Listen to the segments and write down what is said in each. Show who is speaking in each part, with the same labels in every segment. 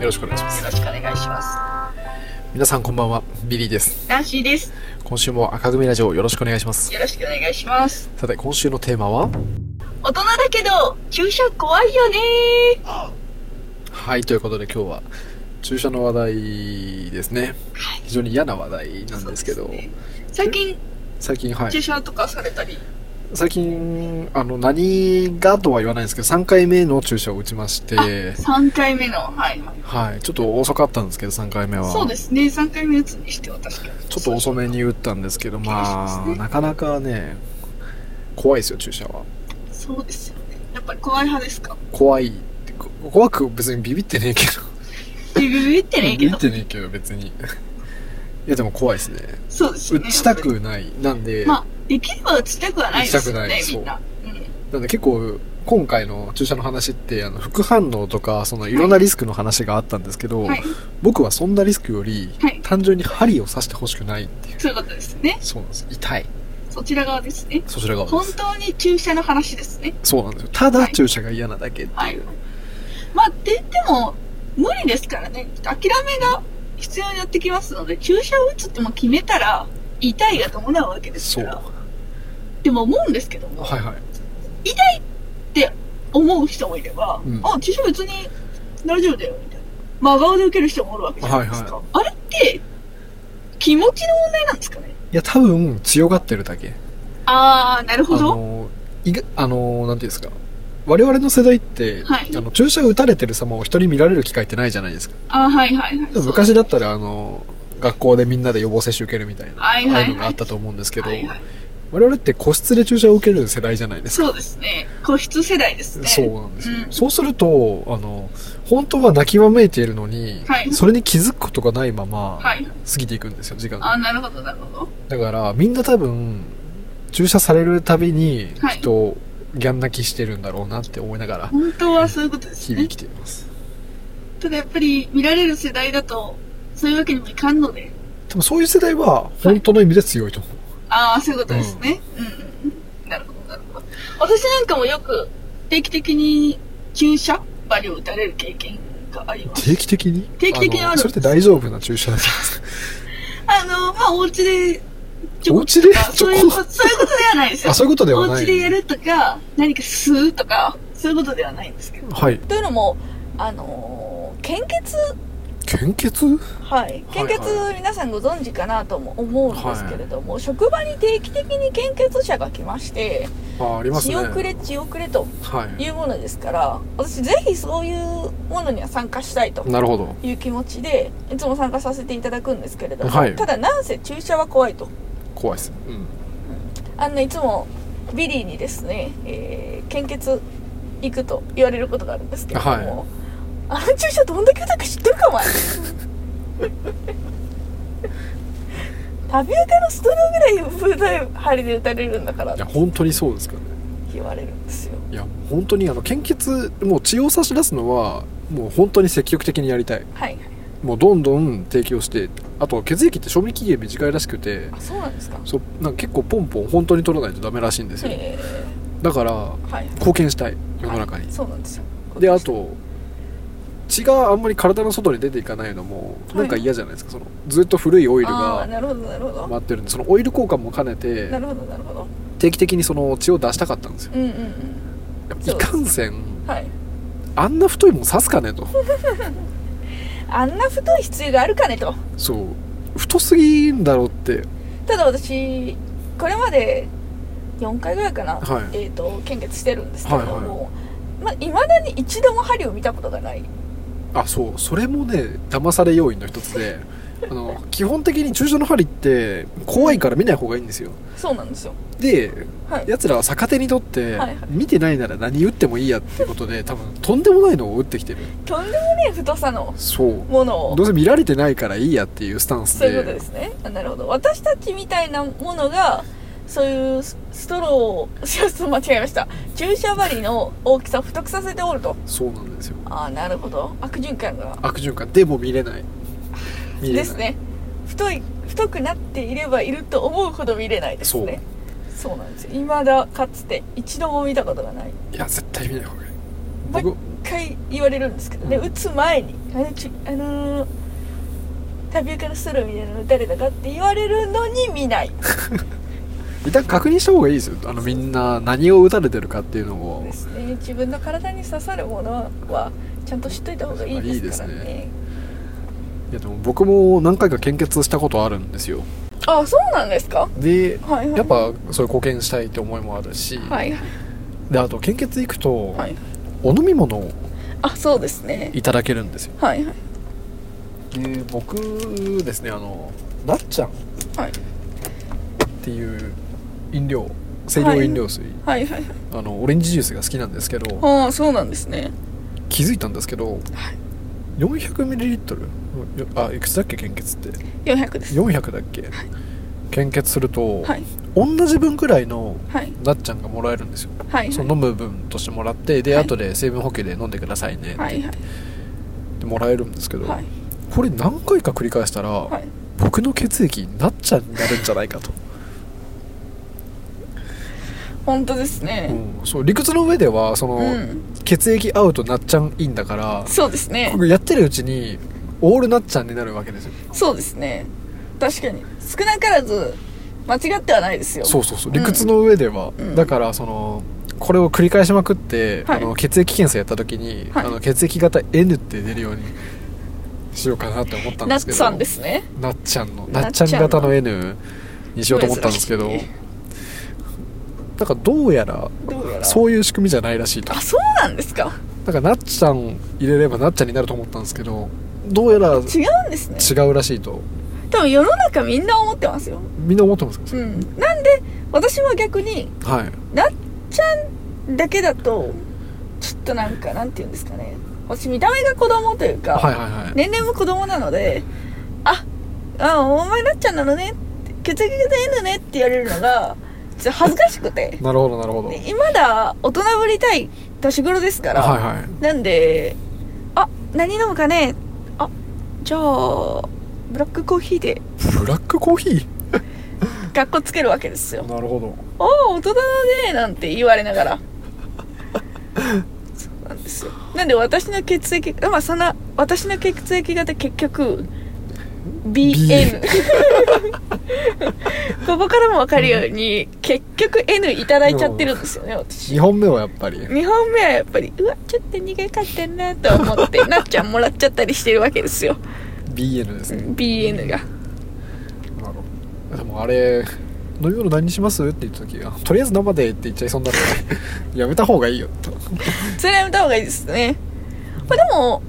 Speaker 1: よろしくお願いします
Speaker 2: よろしくお願いします。
Speaker 1: 皆さんこんばんはビリーです
Speaker 2: ナンシーです。
Speaker 1: 今週も赤組ラジオよろしくお願いします
Speaker 2: よろしくお願いします。
Speaker 1: さて今週のテーマは
Speaker 2: 大人だけど、注射怖いよね
Speaker 1: はいということで今日は注射の話題ですね非常に嫌な話題なんですけど
Speaker 2: そうですね最近、
Speaker 1: 最近はい
Speaker 2: 注射とかされたり。
Speaker 1: 最近あの何がとは言わないんですけど3回目の注射を打ちまして
Speaker 2: 3回目の、はい。
Speaker 1: はいちょっと遅かったんですけど3回目は
Speaker 2: そうですね、3回目打つにしては確かに。
Speaker 1: ちょっと遅めに打ったんですけどま
Speaker 2: そう
Speaker 1: あ、
Speaker 2: ですね
Speaker 1: なかなかね怖いですよ注射は
Speaker 2: そうですよね。やっぱり怖い派ですか
Speaker 1: 怖いこ怖く別にビビってねえけど
Speaker 2: ビビビってねえけ
Speaker 1: ビビ
Speaker 2: ど
Speaker 1: っ。てねえけど別にい やでも怖いですね
Speaker 2: そうです
Speaker 1: 打
Speaker 2: よね。
Speaker 1: ちた
Speaker 2: やっぱ
Speaker 1: くないなんで、
Speaker 2: り。まあ、できれば打ちたくはないですよ
Speaker 1: 打
Speaker 2: ね、
Speaker 1: ち
Speaker 2: みん
Speaker 1: た
Speaker 2: な。うん
Speaker 1: なんで結構今回の注射の話ってあの副反応とかそのいろんなリスクの話があったんですけど、
Speaker 2: はい。
Speaker 1: 僕はそんなリスクより、
Speaker 2: はい
Speaker 1: 単純に針を刺してほしくないっていう
Speaker 2: そういうことですね。
Speaker 1: そうなんです痛い
Speaker 2: そちら側ですね。
Speaker 1: そちら側
Speaker 2: 本
Speaker 1: です
Speaker 2: 当に注射の話ですね。
Speaker 1: そうなんですよた
Speaker 2: は
Speaker 1: だ
Speaker 2: い
Speaker 1: 注射が嫌なだけっていう、
Speaker 2: はい。まあ、って言っても、無理ですからね。諦めが必要になってきますので、注射を打つってもう決めたら、痛いが伴うわけです
Speaker 1: そう
Speaker 2: から
Speaker 1: は。
Speaker 2: でも思うんですけども、
Speaker 1: いはい
Speaker 2: 思う人もいれば、
Speaker 1: うん
Speaker 2: あ、注射別に大丈夫だよ、みたいな。真顔で受ける人もおるわけじゃないですか。
Speaker 1: は
Speaker 2: あれって、気持ちの問題なんですかね。
Speaker 1: いや多分強がってるだけ
Speaker 2: あー、なるほ
Speaker 1: あ
Speaker 2: ど。
Speaker 1: のいがあのなんていうんですか我々の世代って、
Speaker 2: はい
Speaker 1: あの注射打たれてる様を人に見られる機会ってないじゃないですか
Speaker 2: あーはいはいはい。
Speaker 1: 昔だったらあの学校でみんなで予防接種受けるみたいな、
Speaker 2: はいはいはい
Speaker 1: ああいうのがあったと思うんですけど、
Speaker 2: はいはい
Speaker 1: 我々って個室で注射を受ける世代じゃないですか
Speaker 2: そうですね。個室世代ですね。
Speaker 1: そうなんですよ、
Speaker 2: うん
Speaker 1: そうするとあの本当は泣きわめいているのに、
Speaker 2: はい
Speaker 1: それに気づくことがないまま過
Speaker 2: はい。
Speaker 1: ぎていくんですよ時間が、
Speaker 2: あー、なるほどなるほど。
Speaker 1: だからみんな多分注射されるたびに
Speaker 2: はい
Speaker 1: きっとギャン泣きしてるんだろうなって思いながら
Speaker 2: 本当はそういうことです
Speaker 1: 日々
Speaker 2: ね
Speaker 1: 生。きています、
Speaker 2: ただやっぱり見られる世代だと、そういうわけにもいかんので。
Speaker 1: 多分そういう世代は本当の意味で強いと思う、
Speaker 2: ああ、そういうことですね。うん、うん、うん。なるほど、なるほど。私なんかもよく定期的に注射針を打たれる経験があります。
Speaker 1: 定期的に
Speaker 2: 定期的にある
Speaker 1: のそれって大丈夫な注射なんですか
Speaker 2: あの、まあ、お家で、
Speaker 1: お家で
Speaker 2: とか
Speaker 1: ちょ
Speaker 2: そう
Speaker 1: こ
Speaker 2: いうこと、そういうことではないですよ
Speaker 1: あ、。そういうことでは
Speaker 2: お
Speaker 1: ない。
Speaker 2: 家でやるとか、何か吸うとか、そういうことではないんですけど。
Speaker 1: はい。
Speaker 2: というのも、あのー献血
Speaker 1: 献血
Speaker 2: はい、
Speaker 1: はい
Speaker 2: 献血、皆さんご存知かなとも思うんですけれども、職場に定期的に献血者が来まして、
Speaker 1: あ、ありますね。
Speaker 2: 血をくれ、血をくれと
Speaker 1: はい。
Speaker 2: いうものですから、私、ぜひそういうものには参加したいと
Speaker 1: なるほど。
Speaker 2: いう気持ちで、いつも参加させていただくんですけれども、
Speaker 1: はい
Speaker 2: ただ、なんせ注射は怖いと、
Speaker 1: 怖いです。うん。
Speaker 2: あのいつもビリーにですね、えー献血行くと言われることがあるんですけれども、あの注射どんだけ打ったか知ってるかお前タピオカのストローぐらい太い針で打たれるんだからっ
Speaker 1: い
Speaker 2: て
Speaker 1: や、本当にそうですからね。
Speaker 2: 言われるんですよ
Speaker 1: いや、本当に、あの、献血、もう血を差し出すのは、もう本当に積極的にやりたい。
Speaker 2: はい
Speaker 1: もうどんどん提供して、あと血液って賞味期限短いらしくて、
Speaker 2: あそうなんですか
Speaker 1: そう、なんか結構ポンポン本当に取らないとダメらしいんですよ。
Speaker 2: え
Speaker 1: だから、
Speaker 2: ーはい
Speaker 1: 貢献したい、世の中に。
Speaker 2: そうなんですよ
Speaker 1: で、あと、血があんまり体の外に出ていかないのも、なんか嫌じゃないですか。その、ずっと古いオイル
Speaker 2: あ
Speaker 1: が
Speaker 2: あー、なるほどなるほど、
Speaker 1: 待ってるんでそのオイル交換も兼ね
Speaker 2: な
Speaker 1: て
Speaker 2: るほどなるほど
Speaker 1: 定期的にその血を出したかったんですよ
Speaker 2: うんうんうん
Speaker 1: やっぱ
Speaker 2: そ
Speaker 1: いう
Speaker 2: です
Speaker 1: かんせん
Speaker 2: はい
Speaker 1: あんな太いもん刺すかねと
Speaker 2: あんな太い必要があるかねと
Speaker 1: そう太すぎんだろうって
Speaker 2: ただ私これまで4回ぐらいかな、
Speaker 1: はい
Speaker 2: えー、と献血してるんですけれど
Speaker 1: はい
Speaker 2: も、いまあ、未だに一度も針を見たことがない
Speaker 1: あそうそれもね騙され要因の一つで あの基本的に注射の針って怖いから見ない方がいいんですよ
Speaker 2: そうなんですよ
Speaker 1: で
Speaker 2: はい
Speaker 1: 奴らは逆手にとって
Speaker 2: はいはい
Speaker 1: 見てないなら何打ってもいいやってことで多分とんでもないのを打ってきてる
Speaker 2: とんでもねえ太さの
Speaker 1: そう
Speaker 2: ものを
Speaker 1: どうせ見られてないからいいやっていうスタンス
Speaker 2: そういうこと
Speaker 1: で
Speaker 2: ですねあなるほど私たちみたいなものがそういうスストローを ちょっと間違えました注射針の大きさを太くさせておると
Speaker 1: そうなんですよ
Speaker 2: ああなるほど悪循環が
Speaker 1: 悪循環でも見れない見れない
Speaker 2: ですね太い太くなっていればいると思うほど見れないですねそうなんですよ未だかつて一度も見たことがない
Speaker 1: いや絶対見ない方がいい僕
Speaker 2: 毎回言われるんですけどね、打つ前にあのちあのータピオカのスローみたいなの誰だかって言われるのに見ない
Speaker 1: 一旦確認した方がいいですよあのみんな何を打たれてるかっていうのを
Speaker 2: ですね自分の体に刺さるものはちゃんと知っといた方がいいですからね
Speaker 1: いいですいやでも僕も何回か献血したことあるんですよ
Speaker 2: あそうなんですか
Speaker 1: で
Speaker 2: はいはい
Speaker 1: やっぱそういう貢献したいって思いもあるし、
Speaker 2: はい
Speaker 1: であと献血行くと、
Speaker 2: はい
Speaker 1: お飲み物を
Speaker 2: あそうですね
Speaker 1: いただけるんですよ
Speaker 2: はいはい
Speaker 1: で僕ですねあのなっちゃんっ
Speaker 2: はい
Speaker 1: ていう飲料清涼飲料水、
Speaker 2: はいはい
Speaker 1: あのオレンジジュースが好きなんですけど
Speaker 2: ああそうなんですね
Speaker 1: 気づいたんですけど、400ml あいくつだっけ献血って
Speaker 2: 400です
Speaker 1: 400だっけ、献血すると、
Speaker 2: はい
Speaker 1: 同じ分くらいの
Speaker 2: はい
Speaker 1: なっちゃんがもらえるんですよ
Speaker 2: はい
Speaker 1: その飲む分としてもらってで、
Speaker 2: はい
Speaker 1: 後で水分補給で飲んでくださいねって
Speaker 2: はい
Speaker 1: 言っ
Speaker 2: はい
Speaker 1: てもらえるんですけど、
Speaker 2: はい
Speaker 1: これ何回か繰り返したら、
Speaker 2: はい
Speaker 1: 僕の血液になっちゃんになるんじゃないかと、
Speaker 2: 本当ですね
Speaker 1: うんそう理屈の上ではその、
Speaker 2: うん
Speaker 1: 血液合うとなっちゃんいいんだから、
Speaker 2: そうですね
Speaker 1: 僕やってるうちにオールなっちゃんになるわけですよ
Speaker 2: そうですね確かに少なからず間違ってはないですよ
Speaker 1: そうそうそう理屈の上では、
Speaker 2: うん
Speaker 1: だからそのこれを繰り返しまくって、
Speaker 2: はい
Speaker 1: あの血液検査やった時に、
Speaker 2: はい
Speaker 1: あの血液型 N って出るようにしようかなって思ったんで
Speaker 2: なっ
Speaker 1: すけど
Speaker 2: さんですね
Speaker 1: なっちゃんの
Speaker 2: な
Speaker 1: な
Speaker 2: っ
Speaker 1: っ
Speaker 2: ち
Speaker 1: ち
Speaker 2: ゃ
Speaker 1: ゃ
Speaker 2: ん
Speaker 1: ん
Speaker 2: の
Speaker 1: 型の N にしようと思ったんですけど
Speaker 2: 珍しい
Speaker 1: なんかどうやら
Speaker 2: どうやら
Speaker 1: そういう仕組みじゃないらしいと
Speaker 2: あそうなんですか
Speaker 1: なんかなっちゃん入れればなっちゃんになると思ったんですけどどうやら
Speaker 2: 違うんですね
Speaker 1: 違うらしいと
Speaker 2: 多分世の中みんな思ってますよ
Speaker 1: みんな思ってますか
Speaker 2: うんなんで私は逆に
Speaker 1: はい
Speaker 2: なっちゃんだけだとちょっとなんかなんて言うんですかね私見た目が子供というか、
Speaker 1: はいはいはい
Speaker 2: 年齢も子供なのでああお前なっちゃんなのねって血液型 N ねって言われるのがちょっと恥ずかしくて
Speaker 1: なるほどなるほどはい
Speaker 2: 今だ大人ぶりたい年頃ですから、
Speaker 1: は
Speaker 2: なんであ何飲むかねあじゃあブラックコーヒーで
Speaker 1: いブラックコーヒー
Speaker 2: かっこつけるわけですよ
Speaker 1: なるほど
Speaker 2: ああ大人だねなんて言われながらそうなんですよなんで私の血液まあそんな私の血液型結局 BN ここからも分かるように結局 N いただいちゃってるんですよね私
Speaker 1: 2本目はやっぱり
Speaker 2: 2本目はやっぱりうわちょっと苦かったなと思ってなっちゃんもらっちゃったりしてるわけですよ
Speaker 1: BN です
Speaker 2: う
Speaker 1: ね
Speaker 2: ん BN が
Speaker 1: なるほどでもあれ飲み物何にしますって言った時あとりあえず生でって言っちゃいそうになる のでやめた方がいいよと
Speaker 2: それはやめた方がいいですねまあでも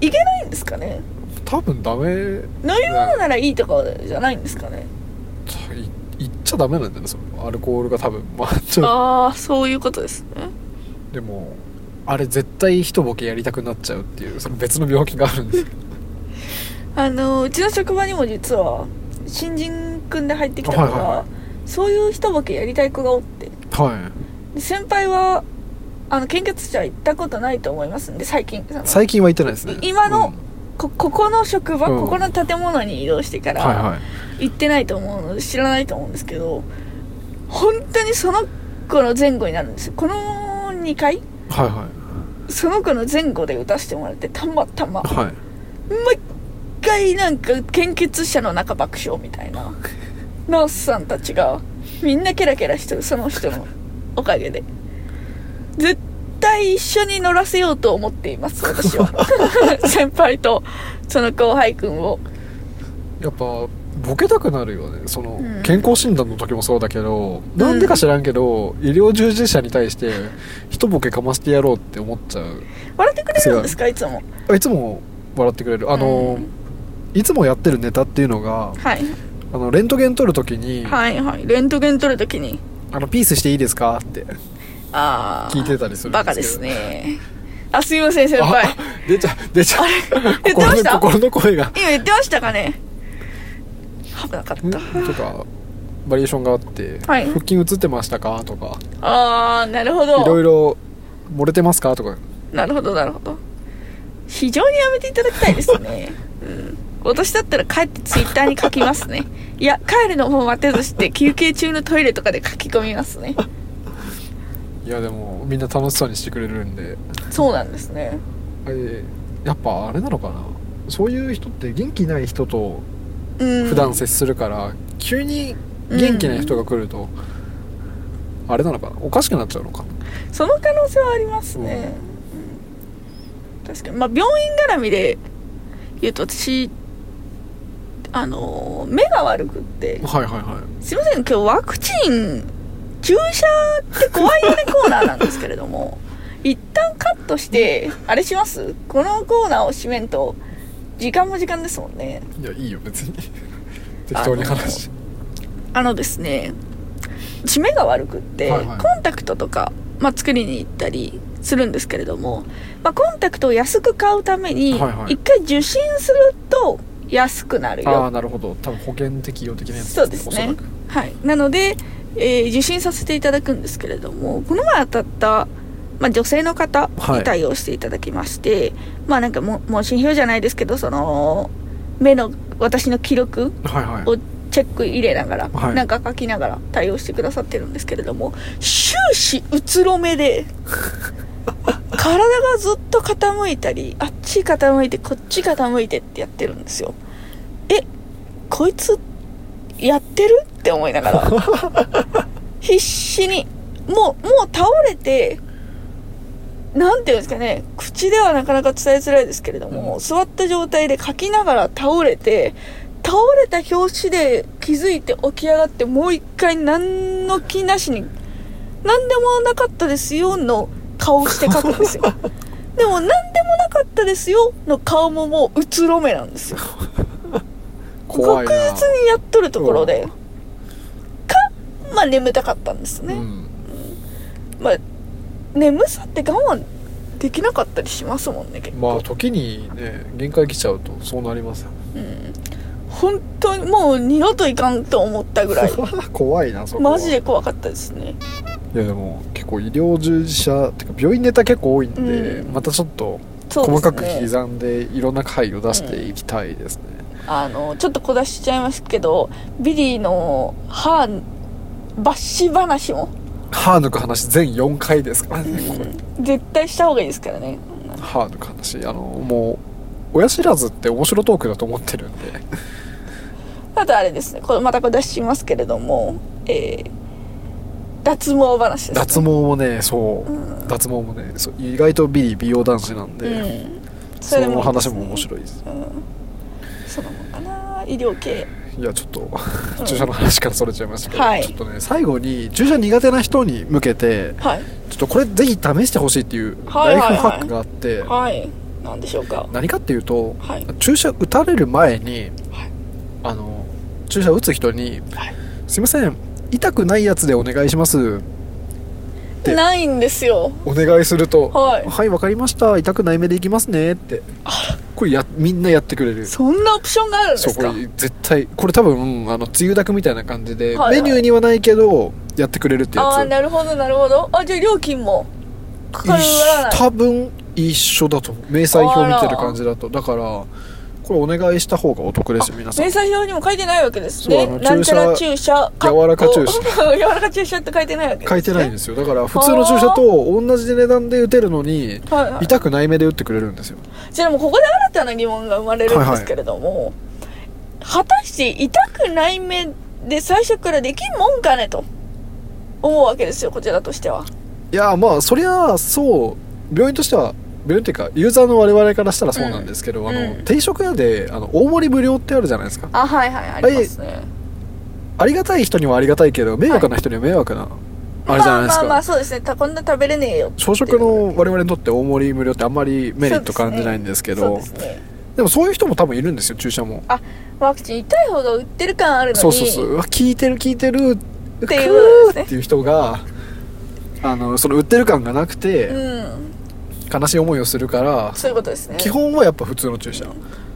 Speaker 2: いけないんですかね
Speaker 1: 多分ダメ
Speaker 2: 飲み物ならいいとかじゃないんですかね
Speaker 1: い言っちゃダメなんだよねそのアルコールが多分まあちょっ
Speaker 2: ああそういうことですね
Speaker 1: とでもあれ絶対一ボケやりたくなっちゃうっていうその別の病気がある んですよ
Speaker 2: あのうちの職場にも実は新人くんで入ってきた子が、
Speaker 1: はいはいは
Speaker 2: そういう人ボケやりたい子がおって
Speaker 1: は
Speaker 2: で先輩はあの献血者行ったことないと思いますんで最近
Speaker 1: い最近は行ってないですね
Speaker 2: 今の
Speaker 1: うん
Speaker 2: こここの職場、
Speaker 1: うん
Speaker 2: ここの建物に移動してか
Speaker 1: はい
Speaker 2: ら
Speaker 1: はい
Speaker 2: 行ってないと思うので知らないと思うんですけど本当にその子の前後になるんですよこの2回
Speaker 1: はいは
Speaker 2: その子の前後で打たせてもらってたまたま
Speaker 1: いはい
Speaker 2: 毎回なんか献血者の中爆笑みた いなナースさんたちがみんなケラケラしてるその人のおかげで絶対一緒に乗らせようと思っています 私は先輩とその後輩くんを
Speaker 1: やっぱボケたくなるよねその、
Speaker 2: うん
Speaker 1: 健康診断の時もそうだけどなんでか知らんけど、医療従事者に対して一ボケかましてやろうって思っちゃう
Speaker 2: 笑ってくれるんですかいつも
Speaker 1: あいつも笑ってくれるあの、
Speaker 2: うん
Speaker 1: いつもやってるネタっていうのが
Speaker 2: はい
Speaker 1: あのレントゲン撮る時に、
Speaker 2: はいはいレントゲン取るときに
Speaker 1: あの「ピースしていいですか?」って
Speaker 2: ああ
Speaker 1: 聞いてたりするんですけど
Speaker 2: バカですねあすいません先輩
Speaker 1: あ出ちゃ出ちゃ
Speaker 2: 言ってま
Speaker 1: 心
Speaker 2: した
Speaker 1: の心の声が
Speaker 2: 今言ってましたかね危なかった
Speaker 1: んとかバリエーションがあって「
Speaker 2: はい
Speaker 1: 腹筋映ってましたか?」とか
Speaker 2: ああなる
Speaker 1: 「
Speaker 2: ほ
Speaker 1: いろ
Speaker 2: ど
Speaker 1: いろ漏れてますか?」とか
Speaker 2: なるほどなるほど非常にやめていただきたいです ね、うん、私だったら帰ってツイッターに書きますねいや帰るのも待てずして休憩中のトイレとかで書き込みますね
Speaker 1: いいやでもみんな楽しそうにしてくれるんで
Speaker 2: そうなんですね
Speaker 1: えーやっぱあれなのかなそういう人って元気ない人と
Speaker 2: うん
Speaker 1: 普段接するから、急に元気ない人が来ると、あれなのかなおかしくなっちゃうのか
Speaker 2: その可能性はありますね、うん確かにまあ病院絡みで言うと私あの目が悪くって
Speaker 1: はいはいは
Speaker 2: すいません今日ワクチン注射って怖いよねコーナーなんですけれど も一旦カットしてあれしますこのコーナーを締めんと時間も時間ですもんね
Speaker 1: いいやいいよ別 に適当に話して
Speaker 2: あのですね締めが悪くって、
Speaker 1: はいはい
Speaker 2: コンタクトとか、まあ、作りに行ったりするんですけれども、まあ、コンタクトを安く買うために
Speaker 1: は
Speaker 2: 一、
Speaker 1: いはい
Speaker 2: 回受診すると安くなる
Speaker 1: ああ
Speaker 2: よ
Speaker 1: なるほど多分保険適用的なやつ
Speaker 2: そうですね
Speaker 1: おらく
Speaker 2: はいなので、えー受診させていただくんですけれどもこの前当たった、まあ、女性の方
Speaker 1: はい
Speaker 2: に対応していただきまして、まあなんかも問診票じゃないですけどその目の私の記録
Speaker 1: はいはい
Speaker 2: をチェック入れながら、
Speaker 1: はい
Speaker 2: なんか書きながら対応してくださってるんですけれども終始うつろめで 体がずっと傾いたりあっち傾いてこっち傾いてってやってるんですよえこいつやってるって思いながら 必死にもうもう倒れてなんていうんですかね口ではなかなか伝えづらいですけれども、
Speaker 1: うん
Speaker 2: 座った状態で書きながら倒れて倒れた拍子で気づいて起き上がってもう一回何の気なしに何でもなかったですよの顔して書くんで すよでも何でもなかったですよの顔ももううつろめなんですよ
Speaker 1: 怖いな
Speaker 2: 確実にやっとるところでかまあ眠たかったんですね、
Speaker 1: うん、
Speaker 2: まあ眠さって我慢できなかったりしますもんね結構、
Speaker 1: まあ時にね限界来ちゃうとそうなりますよね
Speaker 2: うん本当にもう二度といかんと思ったぐらい
Speaker 1: 怖いなそこは
Speaker 2: マジで怖かったですね
Speaker 1: いやでも結構医療従事者ってか病院ネタ結構多いんで、
Speaker 2: うん
Speaker 1: またちょっと
Speaker 2: そうですね
Speaker 1: 細かく刻んでいろんな回を出していきたいですね、
Speaker 2: あのちょっと小出ししちゃいますけどビリーの歯抜歯話も
Speaker 1: 歯抜く話全4回ですからね、これ
Speaker 2: 絶対した方がいいですからね
Speaker 1: 歯抜く話あのもう親知らずって面白トークだと思ってるんで
Speaker 2: あとあれですねこれまた小出ししますけれどもえー脱毛話です、ね、
Speaker 1: 脱毛もねそう、
Speaker 2: うん
Speaker 1: 脱毛もねそう意外とビリ美容男子なんで、
Speaker 2: うん、そ
Speaker 1: そ
Speaker 2: れもいいですね
Speaker 1: の話も面白いです
Speaker 2: うんそのもんかな医療系
Speaker 1: いやちょっと、
Speaker 2: うん
Speaker 1: 注射の話からそれちゃいましたけど、
Speaker 2: はい
Speaker 1: ちょっとね最後に注射苦手な人に向けて
Speaker 2: はい
Speaker 1: ちょっとこれぜひ試してほしいっていう
Speaker 2: は
Speaker 1: ラ
Speaker 2: い
Speaker 1: イ
Speaker 2: はいはい
Speaker 1: フハックがあって、
Speaker 2: はいなんでしょうか
Speaker 1: 何かっていうと
Speaker 2: はい
Speaker 1: 注射打たれる前に、
Speaker 2: はい
Speaker 1: あの注射打つ人に
Speaker 2: はい
Speaker 1: 「すいません痛くないやつでお願いしますで
Speaker 2: ないんですよ」
Speaker 1: お願いすると
Speaker 2: はい
Speaker 1: はいわかりました痛くない目でいきますね」ってこれやみんなやってくれる
Speaker 2: そんなオプションがあるんです
Speaker 1: そうこ
Speaker 2: か
Speaker 1: れ絶対これ多分うんあの梅雨だくみたいな感じで、
Speaker 2: はいは
Speaker 1: メ
Speaker 2: い
Speaker 1: ニューにはないけどやってくれるって
Speaker 2: ああー
Speaker 1: や
Speaker 2: なるほどなるほどあじゃあ料金もか
Speaker 1: つ
Speaker 2: かるらない
Speaker 1: 一緒多分一緒だと思う明細表見てる感じだとだからこれお願いした方がお得ですよ皆さん
Speaker 2: 明細表にも書いてないわけです
Speaker 1: そう
Speaker 2: ね
Speaker 1: あの
Speaker 2: なんちゃら注射かっこ
Speaker 1: 柔らか注
Speaker 2: 柔らか注射って書いてないわけです、
Speaker 1: 書
Speaker 2: ね、
Speaker 1: いてないんですよだから普通の注射と同じ値段で打てるのに
Speaker 2: はいはい、
Speaker 1: 痛くない目で打ってくれるんですよ
Speaker 2: じゃあもうここで新たな疑問が生まれるんですけれども、果たして痛くない目で最初からできんもんかねと思うわけですよこちらとしてはい
Speaker 1: やまあそりゃそう病院としては病院っていうかユーザーの我々からしたらそうなんですけど、
Speaker 2: ん
Speaker 1: あの
Speaker 2: うん
Speaker 1: 定食屋であの大盛り無料ってあるじゃないですか
Speaker 2: あはいはいありますね、
Speaker 1: ありがたい人にはありがたいけど迷惑な人には迷惑な、あれじゃないですか、
Speaker 2: まあまあまあそうですねたこんな食べれねえよ
Speaker 1: 朝食の我々にとって大盛り無料ってあんまりメリット感じないんですけ
Speaker 2: そう
Speaker 1: ど
Speaker 2: ですね
Speaker 1: でもそういう人も多分いるんですよ注射も
Speaker 2: ワクチン痛いほど売ってる感あるのに
Speaker 1: そうそうそううわ効いてる効いてるって
Speaker 2: いうことですね
Speaker 1: っていう人があのその売ってる感がなくて、
Speaker 2: うん
Speaker 1: 悲しい思いをするから
Speaker 2: そういうことですね
Speaker 1: 基本はやっぱ普通の注射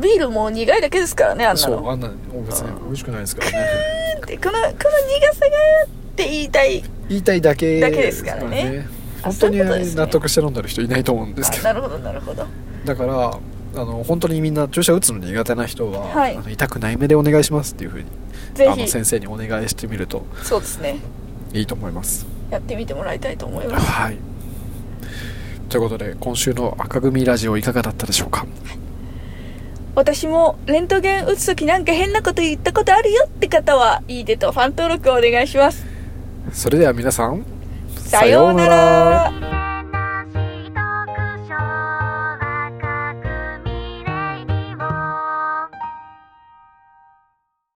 Speaker 2: ビールも苦いだけですからねあんな
Speaker 1: そ
Speaker 2: の
Speaker 1: うあんな別に美味しくないですからね
Speaker 2: でこのこの苦さがって言いたい
Speaker 1: 言いたいだけ
Speaker 2: だけですからねあ
Speaker 1: 本当に
Speaker 2: そういうことですね
Speaker 1: 納得して飲んでる人いないと思うんですけ
Speaker 2: あ
Speaker 1: ど
Speaker 2: なるほどなるほど
Speaker 1: だからあの本当にみんな注射打つの苦手な人は、
Speaker 2: はい
Speaker 1: あの痛くない目でお願いしますっていうふうに
Speaker 2: ぜ
Speaker 1: あの
Speaker 2: ひ
Speaker 1: 先生にお願いしてみると
Speaker 2: そうですね
Speaker 1: いいと思います
Speaker 2: やってみてもらいたいと思います
Speaker 1: はいということで今週の赤組ラジオいかがだったでしょうか
Speaker 2: 私もレントゲン打つ時なんか変なこと言ったことあるよって方はいいでとファン登録をお願いします
Speaker 1: それでは皆さん
Speaker 2: さようなら